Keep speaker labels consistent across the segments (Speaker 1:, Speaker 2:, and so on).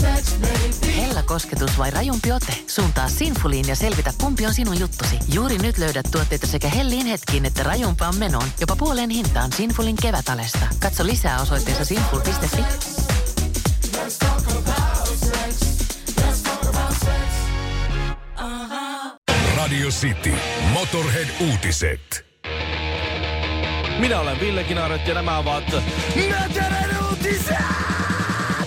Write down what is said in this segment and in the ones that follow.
Speaker 1: Hella kosketus vai rajumpi ote? Suuntaa Sinfuliin ja selvitä, kumpi on sinun juttusi. Juuri nyt löydät tuotteita sekä hellin hetkiin että rajumpaan menoon. Jopa puoleen hintaan Sinfulin kevätalesta. Katso lisää osoitteessa sinful.fi.
Speaker 2: Radio City. Motorhead-uutiset.
Speaker 3: Minä olen Ville Kinaret ja nämä ovat...
Speaker 4: Mötärän uutisia!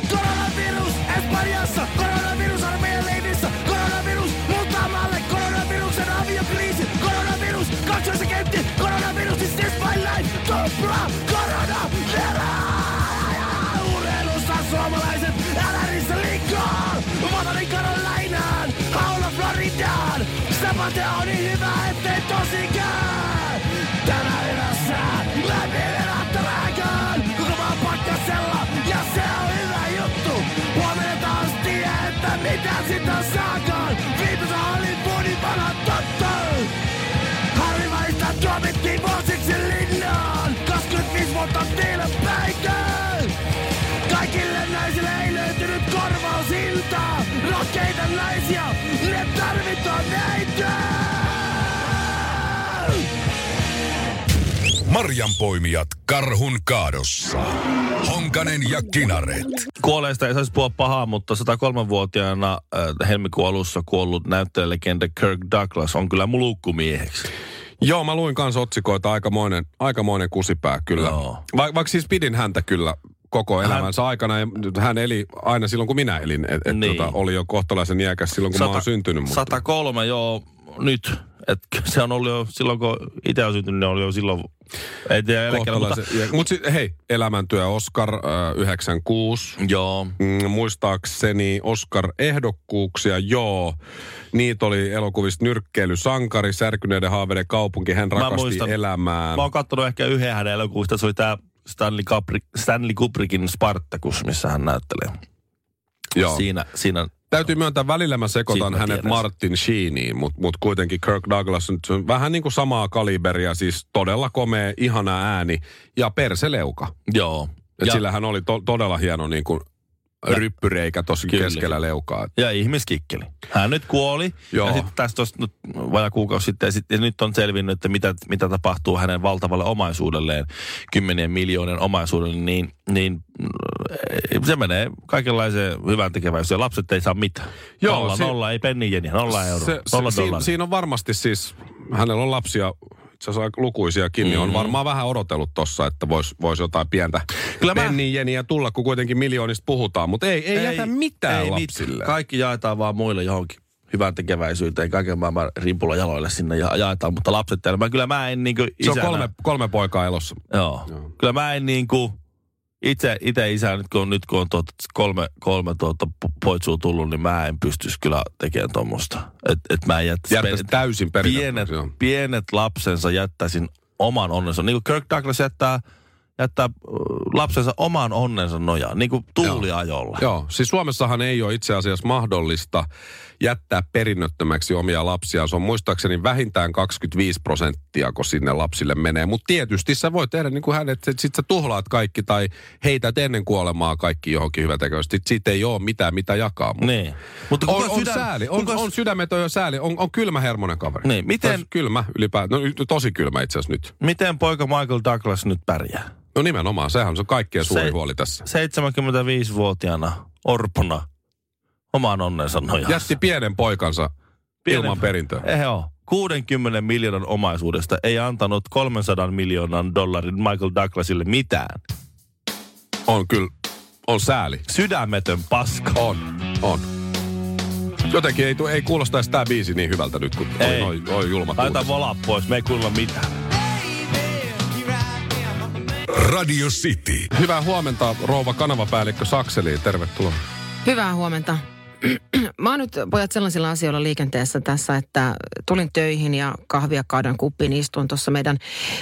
Speaker 4: Koronavirus Espanjassa! Koronavirus armeijan leivissä! Koronavirus Multamaalle! Koronaviruksen aviokriisi! Koronavirus kaksoisakentti! Koronavirus is this my life! Tupla! Korona! Herää! Urheilussa suomalaiset! Älä ristä liikaa! Matanin Karolainaan! Haula Floridaan! Sapate on niin hyvä, ettei tosikään! Tänä yössä läpi lähtöväkään! Koko maa pakkasella ja se on hyvä juttu! Huomenna taas tiedä, että mitä sitä saakaan! Viitosa Hollywoodin vanha totta! Harvaista tuomittiin vuosiksi linnaan 25 vuotta teillä päikään Kaikille naisille ei löytynyt korvausiltaa Rohkeita naisia, ne tarvitaan näitä
Speaker 2: Marjanpoimijat karhun kaadossa. Honkanen ja Kinaret.
Speaker 3: Kuolleista ei saisi puhua pahaa, mutta 103-vuotiaana äh, helmikuun alussa kuollut näyttelijälegenda Kirk Douglas on kyllä mulukkumieheksi.
Speaker 5: Joo, mä luin kanssa otsikoita. Aikamoinen, aikamoinen kusipää kyllä.
Speaker 3: Joo.
Speaker 5: Va- vaikka siis pidin häntä kyllä koko elämänsä aikana. Ja hän eli aina silloin, kun minä elin. Et, et
Speaker 3: Niin.
Speaker 5: tota, oli jo kohtalaisen iäkäs silloin, kun mä oon syntynyt. Mutta...
Speaker 3: 103, joo, nyt. Et kyllä se on ollut jo silloin, kun itse on syntynyt, niin oli jo silloin. Ei tiedä eläkkeellä, mutta...
Speaker 5: kohtalaisen iä... Mut si- hei, elämäntyö Oscar äh, 96.
Speaker 3: Joo.
Speaker 5: Mm, muistaakseni Oscar-ehdokkuuksia, joo. Niitä oli elokuvista Nyrkkeily, Sankari, Särkyneiden haaveiden kaupunki, hän
Speaker 3: Mä
Speaker 5: rakasti
Speaker 3: muistan.
Speaker 5: elämää.
Speaker 3: Mä oon kattonut ehkä yhden hänen elokuvista. Se oli tää Stanley, Kubrick, Stanley Kubrickin Spartacus, missä hän näyttelee.
Speaker 5: Joo.
Speaker 3: Siinä, siinä
Speaker 5: Täytyy myöntää, välillä mä sekoitan
Speaker 3: Siitä mä
Speaker 5: hänet
Speaker 3: tiedän.
Speaker 5: Martin Sheeniin, mutta mut kuitenkin Kirk Douglas on se on vähän niin kuin samaa kaliberia, siis todella komea, ihana ääni ja perseleuka.
Speaker 3: Joo.
Speaker 5: Et
Speaker 3: Ja,
Speaker 5: Sillä hän oli to- todella hieno niin kuin ryppyreikä tuossa
Speaker 3: Kyllä.
Speaker 5: keskellä leukaa.
Speaker 3: ja ihmiskikkeli. Hän nyt kuoli.
Speaker 5: Joo.
Speaker 3: Ja sitten tästä olisi nyt vajaa kuukausi sitten. Ja, sit, ja nyt on selvinnyt, että mitä, mitä tapahtuu hänen valtavalle omaisuudelleen, kymmenien miljoonien omaisuudelle, niin, niin mm, se menee kaikenlaiseen hyvän tekeväisyyteen. Lapset ei saa mitään.
Speaker 5: Joo,
Speaker 3: nolla,
Speaker 5: si-
Speaker 3: nolla, ei penni jeni, nolla euroa,
Speaker 5: Se,
Speaker 3: nolla
Speaker 5: se, siinä,
Speaker 3: dollaria.
Speaker 5: siinä on varmasti siis, hänellä on lapsia, itse asiassa aika lukuisiakin, mm-hmm.
Speaker 3: Mhm.
Speaker 5: on varmaan vähän odotellut tossa, että voisi vois jotain pientä
Speaker 3: Kyllä
Speaker 5: Kyllä
Speaker 3: mä-
Speaker 5: penninjeniä tulla, kun kuitenkin miljoonista puhutaan, mutta ei, ei, ei jätä mitään ei
Speaker 3: mit-
Speaker 5: lapsille.
Speaker 3: Kaikki jaetaan vaan muille johonkin hyvän tekeväisyyteen, kaiken maailman rimpulla jaloille sinne ja jaetaan, mutta lapset täällä. Mä, kyllä mä en niinku
Speaker 5: se
Speaker 3: isänä,
Speaker 5: on kolme, kolme poikaa elossa.
Speaker 3: Joo. Joo.
Speaker 5: Joo.
Speaker 3: Kyllä mä en niin kuin, itse, itse isä nyt kun on, nyt kun on tuota kolme, kolme tuota po- poitsua tullut, niin mä en pystyisi kyllä tekemään tuommoista. Et, et mä jättäis,
Speaker 5: Jättäisi
Speaker 3: pe-
Speaker 5: täysin perinnön.
Speaker 3: pienet, pienet lapsensa jättäisin oman onnensa. Niin kuin Kirk Douglas jättää, jättää äh, lapsensa oman onnensa nojaan, niin kuin tuuliajolla.
Speaker 5: Joo, siis Suomessahan ei ole itse asiassa mahdollista jättää perinnöttömäksi omia lapsia. Se on muistaakseni vähintään 25 prosenttia, kun sinne lapsille menee. Mutta tietysti sä voit tehdä niin kuin hänet, että sit sä tuhlaat kaikki tai heität ennen kuolemaa kaikki johonkin hyvätekevästi. Sit siitä ei ole mitään, mitä jakaa. Mut
Speaker 3: Niin. Mutta
Speaker 5: On,
Speaker 3: kuka
Speaker 5: on,
Speaker 3: sydän-
Speaker 5: sääli, on,
Speaker 3: kuka-
Speaker 5: on sydämetön ja sääli, on, on kylmä hermonen kaveri.
Speaker 3: Niin, miten-
Speaker 5: Tos- Kylmä ylipäätään, no y- tosi kylmä itse asiassa nyt.
Speaker 3: Miten poika Michael Douglas nyt pärjää?
Speaker 5: No nimenomaan, sehän on se kaikkien suuri
Speaker 3: Se-
Speaker 5: huoli tässä.
Speaker 3: 75-vuotiaana, orpona, oman onnensa nojaan.
Speaker 5: Jätti pienen poikansa ilman perintöä.
Speaker 3: Ei oo. 60 miljoonan omaisuudesta ei antanut 300 miljoonan dollarin Michael Douglasille mitään.
Speaker 5: On kyllä, on sääli.
Speaker 3: Sydämetön paska.
Speaker 5: On, on. Jotenkin ei, tu- ei kuulosta edes tää biisi niin hyvältä nyt, kun oli
Speaker 3: Ei.
Speaker 5: noi, noi julmat
Speaker 3: Laita
Speaker 5: uutiset.
Speaker 3: vola pois, me ei kuulla mitään.
Speaker 2: Radio City.
Speaker 5: Hyvää huomenta, rouva kanavapäällikkö Sakseli. Tervetuloa.
Speaker 6: Hyvää huomenta. Mä oon nyt pojat sellaisilla asioilla liikenteessä tässä, että tulin töihin ja kahvia kaadan kuppiin, istuin tuossa meidän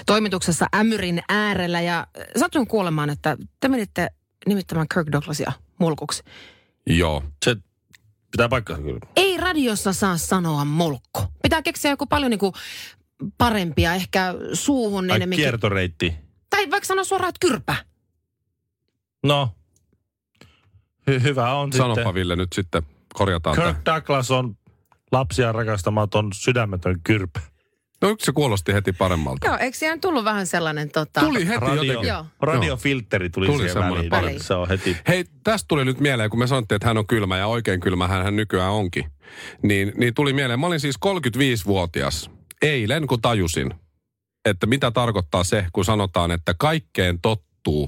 Speaker 6: toimituksessa Ämyrin äärellä ja satuin kuulemaan, että te menitte nimittämään Kirk Douglasia mulkuksi.
Speaker 5: Joo.
Speaker 3: Se pitää paikkaa kyllä.
Speaker 4: Niin,
Speaker 6: Ei radiossa saa sanoa mulkku. Pitää keksiä joku paljon niinku parempia, ehkä suuhun
Speaker 3: Ai
Speaker 6: enemmänkin.
Speaker 3: kiertoreitti.
Speaker 6: Tai vaikka sanoa suoraan, että kyrpä.
Speaker 3: No. Hy- hyvä on
Speaker 5: Sanopa
Speaker 3: sitten.
Speaker 5: Ville nyt sitten, korjataan tämä.
Speaker 3: Kirk Douglas on lapsia rakastamaton sydämetön kyrpä.
Speaker 5: No se kuulosti heti paremmalta.
Speaker 6: Joo, eikö siihen tullut vähän sellainen tota...
Speaker 5: Tuli heti
Speaker 3: Radio,
Speaker 5: jotenkin.
Speaker 6: Joo.
Speaker 3: radiofiltteri tuli,
Speaker 5: Tuli
Speaker 3: tuli siihen
Speaker 5: semmoinen
Speaker 3: väliin.
Speaker 6: parempi.
Speaker 3: niin Se on heti.
Speaker 5: Hei, tästä tuli nyt mieleen, kun me sanottiin, että hän on kylmä ja oikein kylmä hän, hän nykyään onkin. Niin, niin tuli mieleen, mä olin siis 35-vuotias eilen, kun tajusin, että mitä tarkoittaa se, kun sanotaan, että kaikkeen tottuu,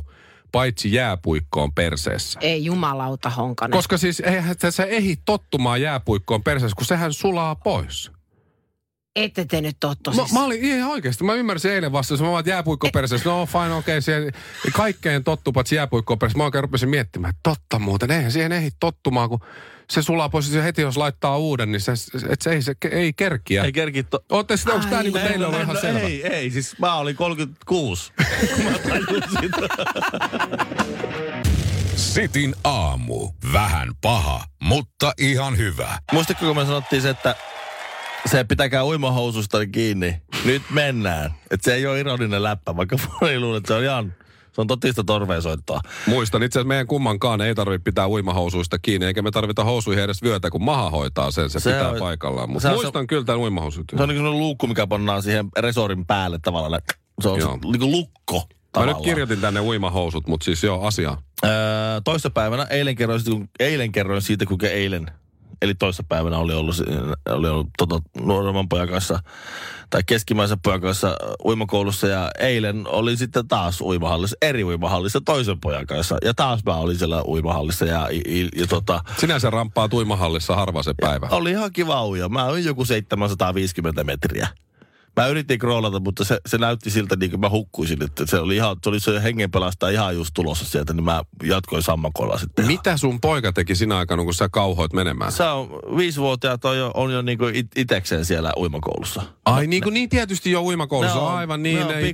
Speaker 5: paitsi jääpuikkoon perseessä.
Speaker 6: Ei jumalauta
Speaker 4: Niin.
Speaker 6: honkanen.
Speaker 5: Koska siis eihän se, se ehdi tottumaan jääpuikkoon perseessä, kun sehän sulaa pois.
Speaker 6: Ette te nyt ole
Speaker 5: Mä,
Speaker 3: siis-
Speaker 6: tosissaan.
Speaker 5: mä olin ihan oikeasti, mä ymmärsin eilen vasta, jos mä vaan että jääpuikko perseessä, no fine, okei, okay, siihen kaikkeen tottuu, paitsi jääpuikko perseessä. Mä oikein rupesin miettimään, että totta muuten, eihän siihen ehdi tottumaan, kun se sulaa pois, ja se heti jos laittaa uuden, niin se, et se, ei, se ei kerkiä.
Speaker 3: Ei kerki to...
Speaker 5: Ootte sitä, onko tämä
Speaker 6: Ai.
Speaker 5: niinku teille ollut ihan
Speaker 3: no,
Speaker 5: selvä?
Speaker 3: ei, ei, siis mä olin 36. kun mä tajusin.
Speaker 2: Sitin aamu. Vähän paha, mutta ihan hyvä.
Speaker 3: Muistatko, kun me sanottiin se, että se pitäkää uimahoususta kiinni. Nyt mennään. Et se ei ole ironinen läppä, vaikka moni luulee, että se on ihan... Se on totista torveensoittoa.
Speaker 5: Muistan itse asiassa meidän kummankaan ei tarvitse pitää uimahousuista kiinni, eikä me tarvita housuihin edes vyötä, kun maha hoitaa sen, se,
Speaker 3: Se
Speaker 5: se pitää
Speaker 3: on-
Speaker 5: paikallaan.
Speaker 3: se
Speaker 5: Mutta
Speaker 3: on-
Speaker 5: muistan kyllä tämän uimahousutyön.
Speaker 3: Se on niin kuin luukku, mikä pannaan siihen resorin päälle tavallaan. nä- Se on
Speaker 5: Joo.
Speaker 3: niin kuin lukko.
Speaker 5: Mä
Speaker 3: Tavallaan.
Speaker 5: nyt kirjoitin tänne uimahousut, mutta siis joo, asia.
Speaker 3: Öö, toissapäivänä, eilen kerroin, siitä, kun, eilen kerroin siitä, kuinka eilen, eli toissapäivänä oli ollut, si- oli ollut tota, nuoremman pojan kanssa, tai keskimmäisen pojan kanssa ö, uimakoulussa, ja eilen oli sitten taas uimahallissa, eri uimahallissa toisen pojan kanssa, ja taas mä olin siellä uimahallissa, ja, ja, ja tota,
Speaker 5: Sinänsä ramppaa tuimahallissa harva se päivä.
Speaker 3: oli ihan kiva uja. Mä olin joku 750 metriä. Mä yritin kroolata, mutta se, se näytti siltä niin kuin mä hukkuisin. Että se oli ihan, se oli se hengenpelastaja ihan just tulossa sieltä, niin mä jatkoin sammakolla sitten.
Speaker 5: Mitä sun poika teki sinä aikana, kun sä kauhoit menemään?
Speaker 3: Se on viisivuotiaat on jo, on jo niinku it, itekseen siellä uimakoulussa.
Speaker 5: Ai niin, kuin, niin tietysti jo
Speaker 3: Ne
Speaker 5: uimakoulussa,
Speaker 3: on-
Speaker 5: aivan niin,
Speaker 3: on
Speaker 5: ne itekseen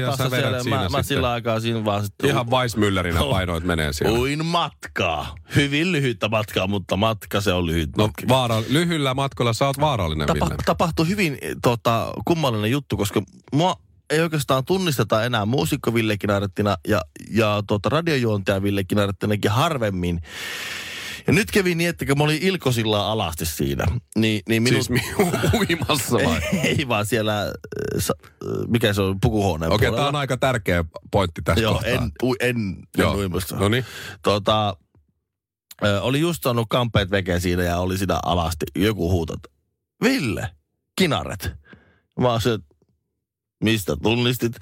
Speaker 5: ja
Speaker 3: pikkualtaassa
Speaker 5: sä vedät
Speaker 3: siellä.
Speaker 5: siinä
Speaker 3: mä,
Speaker 5: sitten.
Speaker 3: mä sillä aikaa siinä vaan sitten
Speaker 5: Ihan Weissmüllerinä painoit menee siellä.
Speaker 3: uin matkaa. Hyvin lyhyttä matkaa, mutta matka se on lyhyt.
Speaker 5: No
Speaker 3: matka.
Speaker 5: vaara, lyhyllä matkalla sä oot vaarallinen,
Speaker 3: Tapa,
Speaker 5: Ville.
Speaker 3: tapahtui hyvin eh, tota, kummallinen juttu, koska mua ei oikeastaan tunnisteta enää muusikko Ville Kinarettina ja, ja tota, radiojuontaja Ville Kinarettinakin harvemmin. Ja nyt kävi niin, että kun mä olin Ilkosilla alasti siinä, niin, niin minun...
Speaker 5: Siis mi- uimassa vai?
Speaker 3: ei vaan siellä, äh, sa- äh, mikä se on, pukuhuoneen
Speaker 5: Okei, tää
Speaker 3: puolella.
Speaker 5: on aika tärkeä pointti tässä
Speaker 3: Joo,
Speaker 5: kohtaa.
Speaker 3: en, u, en, en
Speaker 5: Joo.
Speaker 3: uimassa.
Speaker 5: No niin.
Speaker 3: Tota, ö, oli just saanut kampeet vekeen siinä ja oli sitä alasti. Joku huutat, Ville, kinaret. Mä oon se, että mistä tunnistit?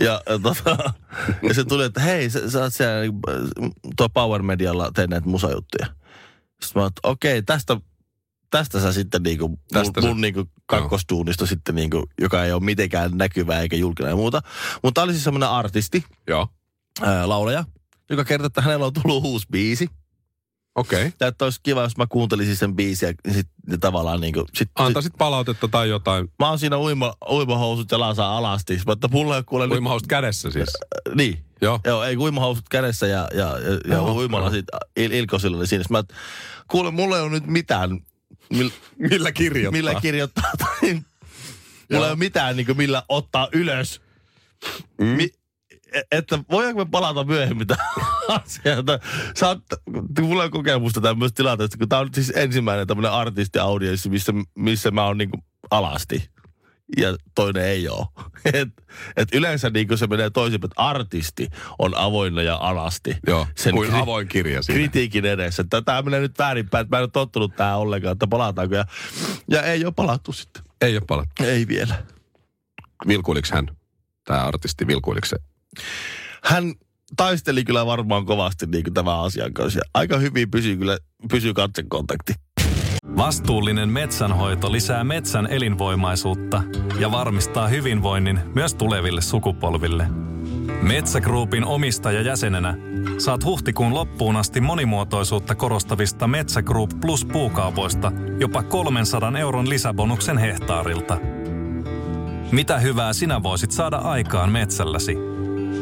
Speaker 3: Ja, ja, tota, ja se tuli, että hei, sä, sä oot siellä niinku, äh, tuo Power Medialla teet näitä musajuttuja. Sitten mä oon, että okei, tästä, tästä sä sitten niinku,
Speaker 5: Tästä
Speaker 3: tästä
Speaker 5: se-
Speaker 3: mun, mun niinku kakkostuunista sitten niinku, joka ei ole mitenkään näkyvää eikä julkinen ja muuta. Mutta tää oli siis semmoinen artisti,
Speaker 5: Joo,
Speaker 3: ää, laulaja, joka kertoo, että hänellä on tullut uusi biisi.
Speaker 5: okei.
Speaker 3: Ja että olisi kiva, jos mä kuuntelisin sen biisiä, niin sit, niin tavallaan niin kuin, sit, sit,
Speaker 5: Antaisit palautetta tai jotain.
Speaker 3: mä oon siinä uima, uimahousut jalansa alasti, mutta mulla ei ole kuule nyt-
Speaker 5: Uimahousut kädessä siis.
Speaker 3: niin.
Speaker 5: Joo.
Speaker 3: Joo, ei kun uimahousut kädessä ja, ja, ja, ja
Speaker 5: Joo,
Speaker 3: uimalla
Speaker 5: joo.
Speaker 3: sit il, ilkosilla oli siinä. Sit Mä, et, kuule, mulla ei ole nyt mitään, mil,
Speaker 5: Millä kirjoittaa?
Speaker 3: millä kirjoittaa tai mulla ei ole mitään niin kuin, millä ottaa ylös. Mm. Mi, e- että voidaanko me palata myöhemmin tähän asiaan? Tää- Sä oot, kun mulla on kokemusta tämmöistä tilanteesta, kun tää on nyt siis ensimmäinen tämmöinen artistiaudienssi, missä, missä mä oon niin kuin alasti. Ja toinen ei ole. Et, et yleensä niin kuin se menee toisinpäin, että artisti on avoinna ja alasti.
Speaker 5: Joo,
Speaker 3: Sen
Speaker 5: kuin
Speaker 3: kri-
Speaker 5: avoin kirja siinä.
Speaker 3: kritiikin edessä. Tämä menee nyt väärinpäin, että mä en ole tottunut tähän ollenkaan, että palataanko. Ja, ja ei ole palattu sitten.
Speaker 5: Ei ole palattu.
Speaker 3: Ei vielä.
Speaker 5: Vilkuiliks hän? Tämä artisti, vilkuiliks se?
Speaker 3: Hän taisteli kyllä varmaan kovasti niin kuin tämän asian kanssa. Ja aika hyvin pysyy kyllä pysyy katsekontakti.
Speaker 7: Vastuullinen metsänhoito lisää metsän elinvoimaisuutta ja varmistaa hyvinvoinnin myös tuleville sukupolville. Metsägruupin omistajajäsenenä saat huhtikuun loppuun asti monimuotoisuutta korostavista Metsä Group Plus puukaupoista jopa 300 euron lisäbonuksen hehtaarilta. Mitä hyvää sinä voisit saada aikaan metsälläsi?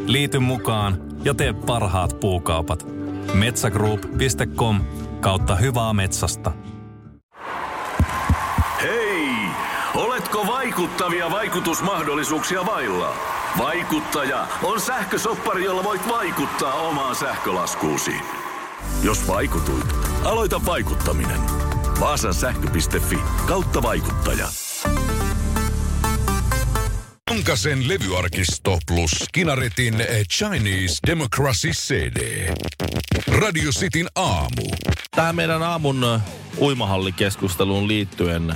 Speaker 7: Liity mukaan ja tee parhaat puukaupat. Metsägroup.com kautta hyvää metsästä.
Speaker 8: Hei! Oletko vaikuttavia vaikutusmahdollisuuksia vailla? Vaikuttaja on sähkösoppari, jolla voit vaikuttaa omaan sähkölaskuusi. Jos vaikutuit, aloita vaikuttaminen. Vaasan sähkö.fi kautta vaikuttaja.
Speaker 2: Kankasen levyarkisto plus Kinaretin eh, Chinese Democracy CD. Radio Cityn aamu.
Speaker 3: Tähän meidän aamun ö, uimahallikeskusteluun liittyen ö,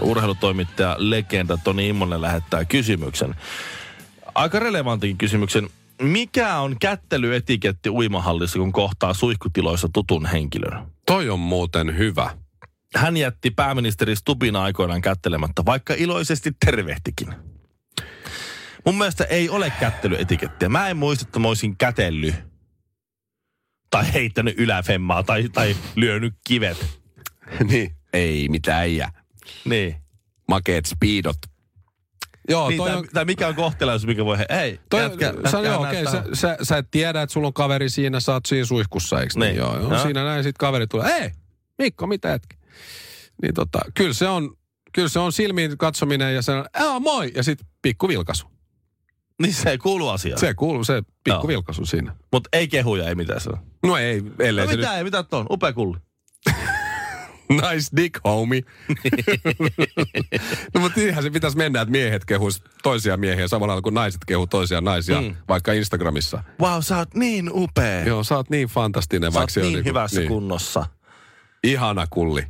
Speaker 3: urheilutoimittaja legenda Toni Immonen lähettää kysymyksen. Aika relevantin kysymyksen. Mikä on kättelyetiketti uimahallissa, kun kohtaa suihkutiloissa tutun henkilön?
Speaker 5: Toi on muuten hyvä.
Speaker 3: Hän jätti pääministeri Stubin aikoinaan kättelemättä, vaikka iloisesti tervehtikin. Mun mielestä ei ole kättelyetikettiä. Mä en muista, että mä olisin kätellyt tai heittänyt yläfemmaa tai, tai lyönyt kivet.
Speaker 5: niin. Ei mitään äijä.
Speaker 3: Niin.
Speaker 5: Makeet speedot. Joo,
Speaker 3: niin, tai, tai mikä on kohtelaisuus, mikä voi... he- Hei,
Speaker 5: Oh, Toi,
Speaker 3: jätkä,
Speaker 5: jätkä,
Speaker 3: jätkä
Speaker 5: sä, joo, okei,
Speaker 3: näyttää-
Speaker 5: sä, sä, sä, et tiedä, että sulla on kaveri siinä, sä oot siinä suihkussa, eikö niin?
Speaker 3: Niin.
Speaker 5: Joo, joo.
Speaker 3: Joo.
Speaker 5: Siinä näin, sit kaveri tulee, ei, Mikko, mitä jätkä? Niin tota, kyllä se on, kyllä se on silmiin katsominen ja se on, aa moi, ja sit pikku vilkaisu.
Speaker 3: Niin se ei kuulu asiaan.
Speaker 5: Se kuuluu, se
Speaker 3: Joo.
Speaker 5: pikku vilkaisu siinä.
Speaker 3: Mutta ei kehuja, ei mitään sanoa.
Speaker 5: No ei, ellei
Speaker 3: No
Speaker 5: se nyt,
Speaker 3: mitä, ei mitään tuon, upea kulli.
Speaker 5: nice dick, homie. no mutta niinhän se pitäisi mennä, että miehet kehuis toisia miehiä samalla lailla kuin naiset kehuu toisia naisia,
Speaker 3: Mm.
Speaker 5: mm. vaikka Instagramissa.
Speaker 3: Wow, sä oot niin upea.
Speaker 5: Joo, sä oot niin fantastinen,
Speaker 3: sä
Speaker 5: vaikka
Speaker 3: oot
Speaker 5: se on
Speaker 3: niin,
Speaker 5: niinku-
Speaker 3: hyvässä kunnossa.
Speaker 5: Ihana kulli.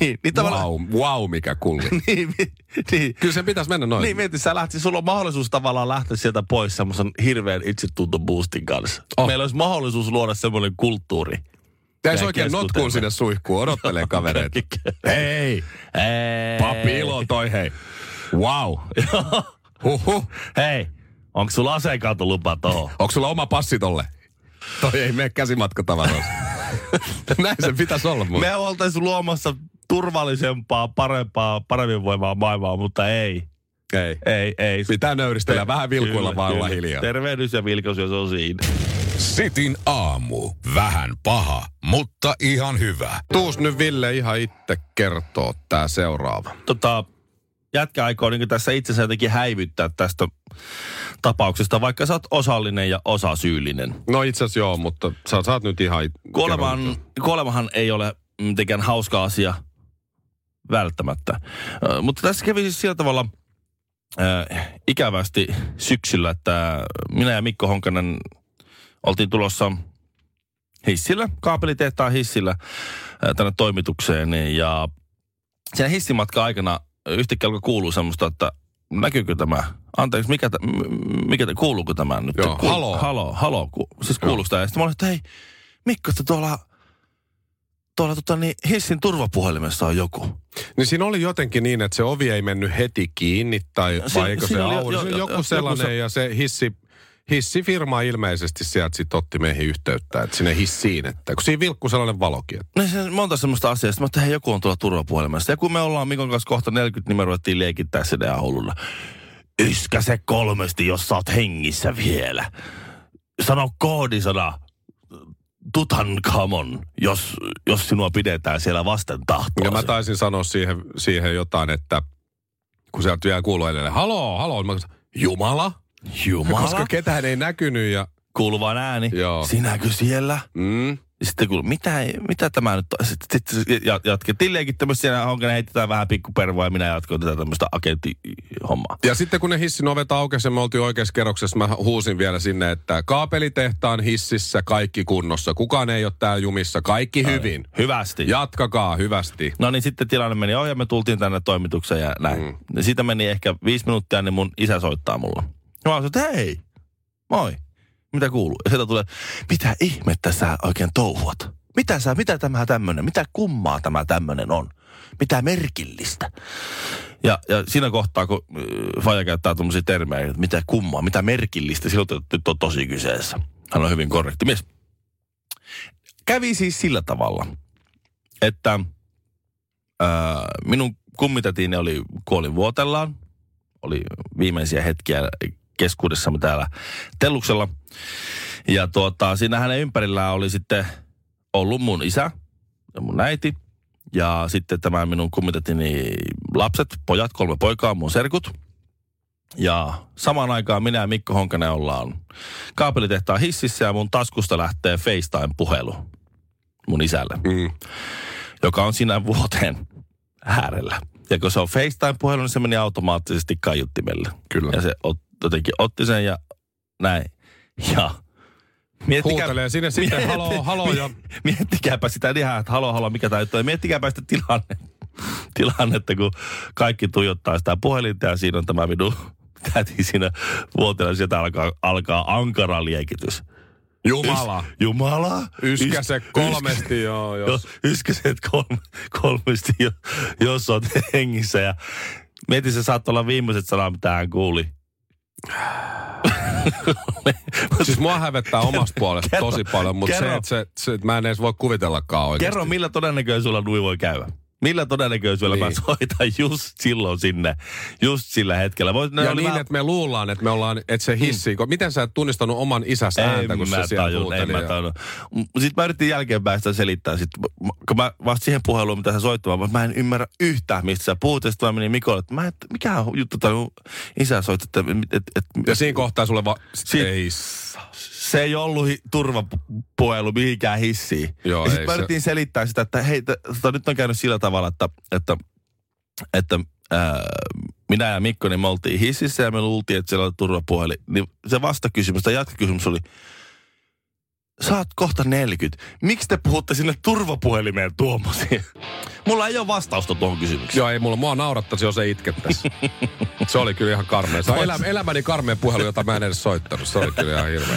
Speaker 3: Niin, niin tavallaan...
Speaker 5: Vau, wow, wow, mikä kulli.
Speaker 3: Niin, mi- niin,
Speaker 5: Kyllä sen pitäisi mennä noin.
Speaker 3: niin mieti, sä lähti, sulla on mahdollisuus tavallaan lähteä sieltä pois semmoisen hirveän itsetuntoboostin kanssa. Oh.
Speaker 5: On.
Speaker 3: Meillä olisi mahdollisuus luoda semmoinen kulttuuri.
Speaker 5: Jäisi
Speaker 3: Näin
Speaker 5: oikein
Speaker 3: keskustelua.
Speaker 5: notkuun sinne suihkuun, odottelee kavereita. Hei,
Speaker 3: Hei.
Speaker 5: papi ilo toi hei. Wow. Huhhuh.
Speaker 3: Hei, onko sulla aseen kautta lupa tohon?
Speaker 5: Onko sulla oma passi tolle? Toi ei mene käsimatkatavaroissa. Näin se pitäisi olla mun.
Speaker 3: Me oltaisiin luomassa turvallisempaa, parempaa, paremmin voimaa maailmaa, mutta ei.
Speaker 5: Ei.
Speaker 3: Ei, ei.
Speaker 5: Pitää nöyristellä vähän vilkuilla
Speaker 3: Kyllä,
Speaker 5: vaan olla
Speaker 3: kyllä.
Speaker 5: hiljaa.
Speaker 3: Tervehdys ja vilkaus, jos on siinä.
Speaker 2: Sitin aamu. Vähän paha, mutta ihan hyvä.
Speaker 5: Tuus nyt Ville ihan itse kertoo tää seuraava.
Speaker 3: Tota, jätkä aikoo niin tässä itsensä jotenkin häivyttää tästä tapauksesta, vaikka sä oot osallinen ja osasyyllinen.
Speaker 5: No itse asiassa joo, mutta sä, sä oot nyt ihan... it-
Speaker 3: Kuoleman,
Speaker 5: kerran-
Speaker 3: kuolemahan ei ole mitenkään hauska asia välttämättä. Ö, Mutta tässä kävi siis sillä tavalla ö, ikävästi syksyllä, että minä ja Mikko Honkanen oltiin tulossa hissillä, kaapelitehtaan hissillä ö, tänne toimitukseen ja sen hissimatka aikana yhtäkkiä alkoi kuulua semmoista, että näkyykö tämä, anteeksi, mikä, tä- m- mikä tä- kuuluuko tämä nyt?
Speaker 5: Joo,
Speaker 3: Kuul-
Speaker 5: haloo.
Speaker 3: Haloo, haloo, ku, siis kuuluu sitä. Ja sitten mä olin, että hei, Mikko, että tuolla, tuolla tota, niin hissin turvapuhelimessa on joku.
Speaker 5: Niin siinä oli jotenkin niin, että se ovi ei mennyt heti kiinni tai
Speaker 3: Siinä-
Speaker 5: vai eikö se
Speaker 3: No, siinä oli jo-
Speaker 5: auennut.
Speaker 3: jo-
Speaker 5: Se
Speaker 3: jo-
Speaker 5: oli joku
Speaker 3: joku
Speaker 5: sellainen
Speaker 3: se-
Speaker 5: ja se hissi, hissifirma ilmeisesti sieltä sit otti meihin yhteyttä, että sinne hissiin, että kun siinä vilkkuu sellainen valokin. että-
Speaker 3: No se monta semmoista asiaa. Sitten mä että hei, joku on tuolla turvapuhelimessa. Ja kun me ollaan Mikon kanssa kohta 40, niin me ruvettiin leikittää sitä ja hulluna. Yskä se kolmesti, jos sä oot hengissä vielä. Sano koodisana Tutankamon, jos, jos sinua pidetään siellä vasten tahtoa.
Speaker 5: Ja mä taisin sanoa siihen, siihen jotain, että kun sieltä vielä kuuluu edelleen, haloo, haloo, mä sanoin, jumala,
Speaker 3: Jumala,
Speaker 5: koska ketään ei näkynyt ja
Speaker 3: kuuluu vaan ääni.
Speaker 5: Joo.
Speaker 3: Sinäkö siellä?
Speaker 5: mm, sitten
Speaker 3: Sitten kuuluu, mitä, ei- mitä tämä nyt on? Sitten, sitten ja- jatkettiin leikittämässä siellä, onko ne heitetään vähän pikkupervoa ja minä jatkoin tätä tämmöistä agenttihommaa.
Speaker 5: Ja sitten kun ne hissin ovet aukesi ja me oltiin oikeassa kerroksessa, mä huusin vielä sinne, että kaapelitehtaan hississä kaikki kunnossa. Kukaan ei ole täällä jumissa, kaikki hyvin.
Speaker 3: Hyvästi.
Speaker 5: Jatkakaa hyvästi.
Speaker 3: No niin, sitten tilanne meni ohi ja me tultiin tänne toimitukseen ja näin. Mm. Siitä meni ehkä viisi minuuttia, niin mun isä soittaa mulle. Ja mä sanoin, että hei, moi, mitä kuuluu? Ja sieltä tulee, mitä ihmettä sä oikein touhuat? Mitä sä, mitä tämä tämmönen, mitä kummaa tämä tämmönen on? Mitä merkillistä? Ja, ja siinä kohtaa, kun äh, Faija käyttää tuommoisia termejä, että mitä kummaa, mitä merkillistä, silloin että nyt on tosi kyseessä. Hän on hyvin korrekti mies. Kävi siis sillä tavalla, että Ää, Öö, minun kummitätini oli kuolinvuotellaan. Oli viimeisiä hetkiä keskuudessamme täällä Telluksella. Ja tuota, siinä hänen ympärillään oli sitten ollut mun isä ja mun äiti. Ja sitten tämä minun kummitätini lapset, pojat, kolme poikaa, mun serkut. Ja samaan aikaan minä ja Mikko Honkanen ollaan kaapelitehtaan hississä ja mun taskusta lähtee FaceTime-puhelu. mun isälle,
Speaker 5: Mm.
Speaker 3: joka on siinä vuoteen äärellä. Ja kun se on FaceTime-puhelu, niin se meni automaattisesti kaiuttimelle.
Speaker 5: Kyllä.
Speaker 3: Ja se ot, jotenkin otti sen ja näin. Ja miettikää,
Speaker 5: Huutelee sinne sitten, haloo, haloo ja
Speaker 3: miettikääpä sitä ihan, että haloo, haloo, mikä tämä juttu on. Miettikääpä sitä tilanne, tilannetta, kun kaikki tuijottaa sitä puhelinta ja siinä on tämä minun täti siinä vuotena. Niin Sieltä alkaa, alkaa ankara liekitys.
Speaker 5: jumala.
Speaker 3: Ys- Jumala.
Speaker 5: Yskäse
Speaker 3: Ys-
Speaker 5: kolmesti, joo,
Speaker 3: Joo,
Speaker 5: jos.
Speaker 3: yskäset kolme, kolmesti, jo, jos on hengissä. Ja mietin, se saattoi olla viimeiset sanat, mitä hän kuuli.
Speaker 5: Siis mua hävettää omasta puolesta
Speaker 3: Kerro,
Speaker 5: tosi paljon, mutta se,
Speaker 3: kerro.
Speaker 5: että se, se, että mä en edes voi kuvitellakaan oikein.
Speaker 3: Kerro, millä todennäköisyydellä nui voi käydä? Millä todennäköisyydellä niin. mä
Speaker 5: Niin.
Speaker 3: soitan just silloin sinne, just sillä hetkellä? Voit,
Speaker 5: ja niin, että me luullaan, että me ollaan, että se hissii. Mm. Miten sä et tunnistanut oman isäsi ääntä, kun se siellä
Speaker 3: tajun, en
Speaker 5: huuteli?
Speaker 3: mä
Speaker 5: ja-
Speaker 3: tajun. Sitten mä yritin jälkeenpäin sitä selittää. Sit, m- kun mä vasta siihen puheluun, mitä sä soittamaan, mutta mä en ymmärrä yhtään, mistä sä puhut. Ja sitten mä menin Mikolle, että mä et, mikä juttu tämä isä soitti, että et, et,
Speaker 5: Ja
Speaker 3: et,
Speaker 5: siinä kohtaa sulle vaan,
Speaker 3: Siin-
Speaker 5: ei saa.
Speaker 3: se ei ollut hi- turvapuhelu mihinkään hissiin.
Speaker 5: Joo,
Speaker 3: ja
Speaker 5: ei
Speaker 3: sitten mä
Speaker 5: se-
Speaker 3: yritin selittää sitä, että hei, t- tota, nyt on käynyt sillä tavalla, että, että, että ää, minä ja Mikko, niin me oltiin hississä ja me luultiin, että siellä oli turvapuheli. Niin se vastakysymys tai jatkokysymys oli, sä oot kohta 40. Miksi te puhutte sinne turvapuhelimeen tuommoisiin? Mulla ei ole vastausta tuohon kysymykseen.
Speaker 5: Joo, ei mulla. Mua naurattaisi, jos ei itkettäisi. se oli kyllä ihan karmea. Se on elä, elämäni karmea puhelu, jota mä en edes soittanut. Se oli kyllä ihan hirveä.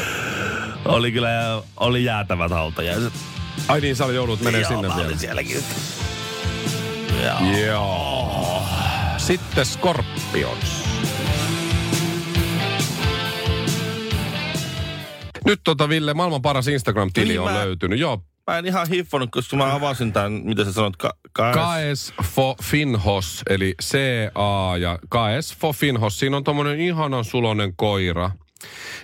Speaker 3: Oli kyllä, oli jäätävät hautajaiset.
Speaker 5: Ai niin, sä joudut menemään
Speaker 3: Joo,
Speaker 5: sinne
Speaker 3: mä olin
Speaker 5: vielä.
Speaker 3: sielläkin. Joo.
Speaker 5: Joo. Sitten Scorpions. Nyt tota Ville, maailman paras Instagram-tili
Speaker 3: Niin
Speaker 5: on
Speaker 3: mä-
Speaker 5: löytynyt. Joo,
Speaker 3: Mä en ihan hiffannut, koska mä avasin tämän, mitä sä sanot, ka- ka-
Speaker 5: Kaes for Finhos, eli CA ja Kaes for Finhos. Siinä on tommonen ihanan sulonen koira.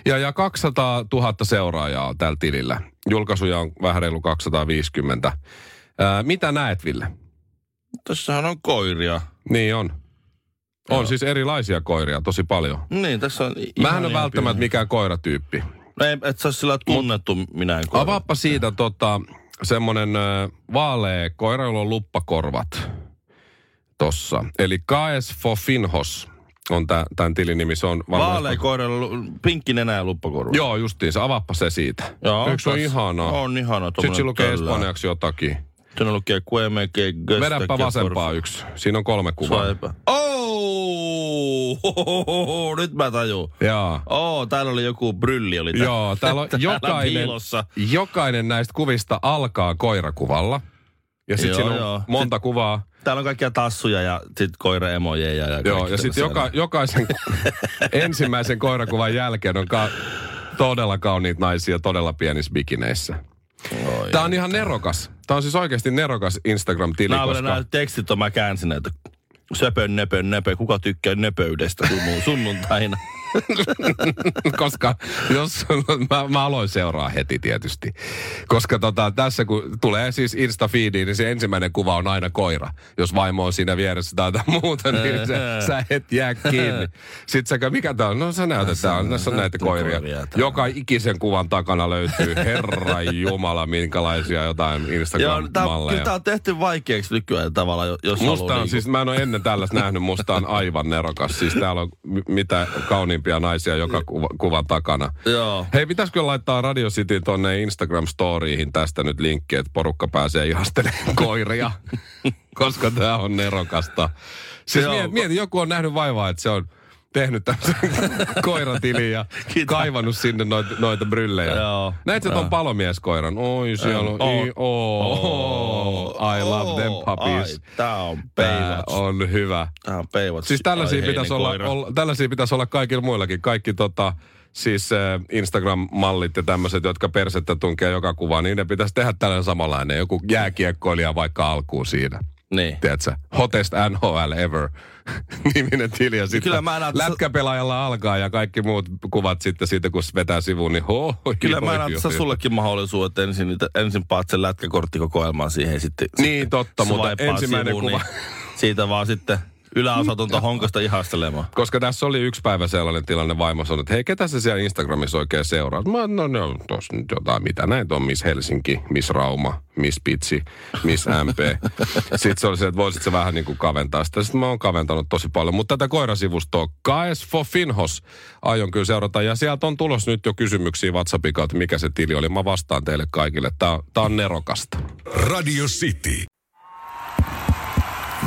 Speaker 5: Ja, ja 200 000 seuraajaa tällä tilillä. Julkaisuja on vähän reilu 250. Ää, mitä näet, Ville?
Speaker 3: Tässähän on koiria.
Speaker 5: Niin on. On siis erilaisia koiria tosi paljon.
Speaker 3: Niin, tässä on...
Speaker 5: Mähän
Speaker 3: ihania
Speaker 5: on välttämättä
Speaker 3: pieniä.
Speaker 5: mikään koiratyyppi.
Speaker 3: No ei, et sä oo sillä tunnettu minä en koira.
Speaker 5: Avaappa siitä tota, semmonen ö, vaalea koira, jolla on luppakorvat tossa. Eli Kaes Fofinhos on tämän tilin nimi. Se on varmaan...
Speaker 3: Vaalea koira, lu- pinkki nenä ja luppakorva.
Speaker 5: Joo, justiin. Se avaappa se siitä. Eikö se ole
Speaker 3: tässä-
Speaker 5: ihanaa?
Speaker 3: On ihanaa.
Speaker 5: Sitten
Speaker 3: tommonen
Speaker 5: se lukee
Speaker 3: tällä.
Speaker 5: espanjaksi jotakin.
Speaker 3: Tänne lukee kuemeke, göstä,
Speaker 5: Vedäpä vasempaa yksi. Siinä on kolme kuvaa.
Speaker 3: Swipe. Oh! Hohohoho, Nyt mä tajun.
Speaker 5: Jaa.
Speaker 3: Oo, oh, täällä oli joku brylli oli tää-
Speaker 5: Joo, täällä on jokainen,
Speaker 3: piilossa.
Speaker 5: jokainen näistä kuvista alkaa koirakuvalla. Ja sitten
Speaker 3: Joo,
Speaker 5: siinä on
Speaker 3: joo.
Speaker 5: monta kuvaa.
Speaker 3: Täällä on kaikkia tassuja ja sit koiraemojeja. Ja
Speaker 5: Joo,
Speaker 3: kaikki
Speaker 5: ja sitten
Speaker 3: tällaisia.
Speaker 5: joka, jokaisen ensimmäisen koirakuvan jälkeen on ka- todella kauniit naisia todella pienissä bikineissä.
Speaker 3: Oi.
Speaker 5: Tämä on ihan nerokas. Tämä on siis oikeasti nerokas Instagram-tili,
Speaker 3: Nämä
Speaker 5: koska...
Speaker 3: koska... nämä tekstit on, mä käänsin näitä. Söpön, nöpön, nöpö. Kuka tykkää nöpöydestä sumu- sunnuntaina?
Speaker 5: koska jos, mä, mä aloin seuraa heti tietysti. Koska tota, tässä kun tulee siis insta niin se ensimmäinen kuva on aina koira. Jos vaimo on siinä vieressä tai jotain muuta, niin se, sä et jää kiinni. Sitten säkä, mikä tää on? No sä näytät, tää on, tässä on näitä koiria.
Speaker 3: koiria täällä.
Speaker 5: Joka ikisen kuvan takana löytyy, herra jumala, minkälaisia jotain
Speaker 3: Joo, tää, kyllä tää
Speaker 5: Instagram-malleja.
Speaker 3: on tehty vaikeaksi nykyään tavallaan, jo- jos
Speaker 5: Musta
Speaker 3: haluaa. niinku-
Speaker 5: on, siis mä en ole ennen tällaista nähnyt, musta on aivan nerokas. Siis täällä on m- mitä kauniimpia naisia joka kuva, kuvan takana.
Speaker 3: Joo.
Speaker 5: Hei, pitäisikö laittaa Radio City tonne Instagram-storiihin tästä nyt linkki, että porukka pääsee ihastelemaan koiria, koska tämä on nerokasta. Siis
Speaker 3: Se on-
Speaker 5: mieti, mieti, joku on nähnyt vaivaa, että se on tehnyt tämmöisen koiratilin ja
Speaker 3: Kiitos.
Speaker 5: kaivannut sinne noita, noita bryllejä.
Speaker 3: Joo.
Speaker 5: Näit sä ton palomieskoiran? Oi, siellä on...
Speaker 3: Joo.
Speaker 5: I, oh, oh, I love them puppies.
Speaker 3: Ai, tää on
Speaker 5: Tää
Speaker 3: peivats.
Speaker 5: on hyvä.
Speaker 3: Tää on peivats.
Speaker 5: Siis tällaisia
Speaker 3: Ai,
Speaker 5: pitäisi
Speaker 3: heinen
Speaker 5: olla,
Speaker 3: koira.
Speaker 5: olla, tällaisia pitäisi olla kaikilla muillakin. Kaikki tota, siis äh, Instagram-mallit ja tämmöiset, jotka persettä tunkee joka kuvaan, niin ne pitäisi tehdä tällainen samanlainen. Joku jääkiekkoilija vaikka alkuun siinä.
Speaker 3: Niin.
Speaker 5: Tiedätkö? Hottest NHL ever niminen tili. Ja sitten
Speaker 3: Niin Kyllä mä näen-
Speaker 5: lätkäpelaajalla alkaa ja kaikki muut kuvat sitten siitä, kun se vetää sivuun, niin hoi,
Speaker 3: Kyllä mä
Speaker 5: hoi,
Speaker 3: annan
Speaker 5: hoi,
Speaker 3: tässä
Speaker 5: hoi.
Speaker 3: sullekin mahdollisuuden, että ensin, niitä, ensin paat sen lätkäkorttikokoelmaan siihen ja sitten...
Speaker 5: Niin totta, mutta
Speaker 3: swipeaat
Speaker 5: ensimmäinen
Speaker 3: sivuun,
Speaker 5: kuva.
Speaker 3: Niin siitä vaan sitten Yläosa tuntuu honkosta ihastelemaan.
Speaker 5: Koska tässä oli yksi päivä sellainen tilanne, vaimo sanoi, että hei, ketä se siellä Instagramissa oikein seuraa? Mä oon, no, no tuossa nyt jotain, mitä näitä on, Miss Helsinki, Miss Rauma, Miss Pitsi, Miss MP. Sitten se oli se, että voisit se vähän niin kuin kaventaa sitä. Sitten mä oon kaventanut tosi paljon. Mutta tätä koirasivustoa, Kaes for Finhos, aion kyllä seurata. Ja sieltä on tulos nyt jo kysymyksiä WhatsAppin kautta, mikä se tili oli. Mä vastaan teille kaikille. Tää, tää on nerokasta.
Speaker 2: Radio City.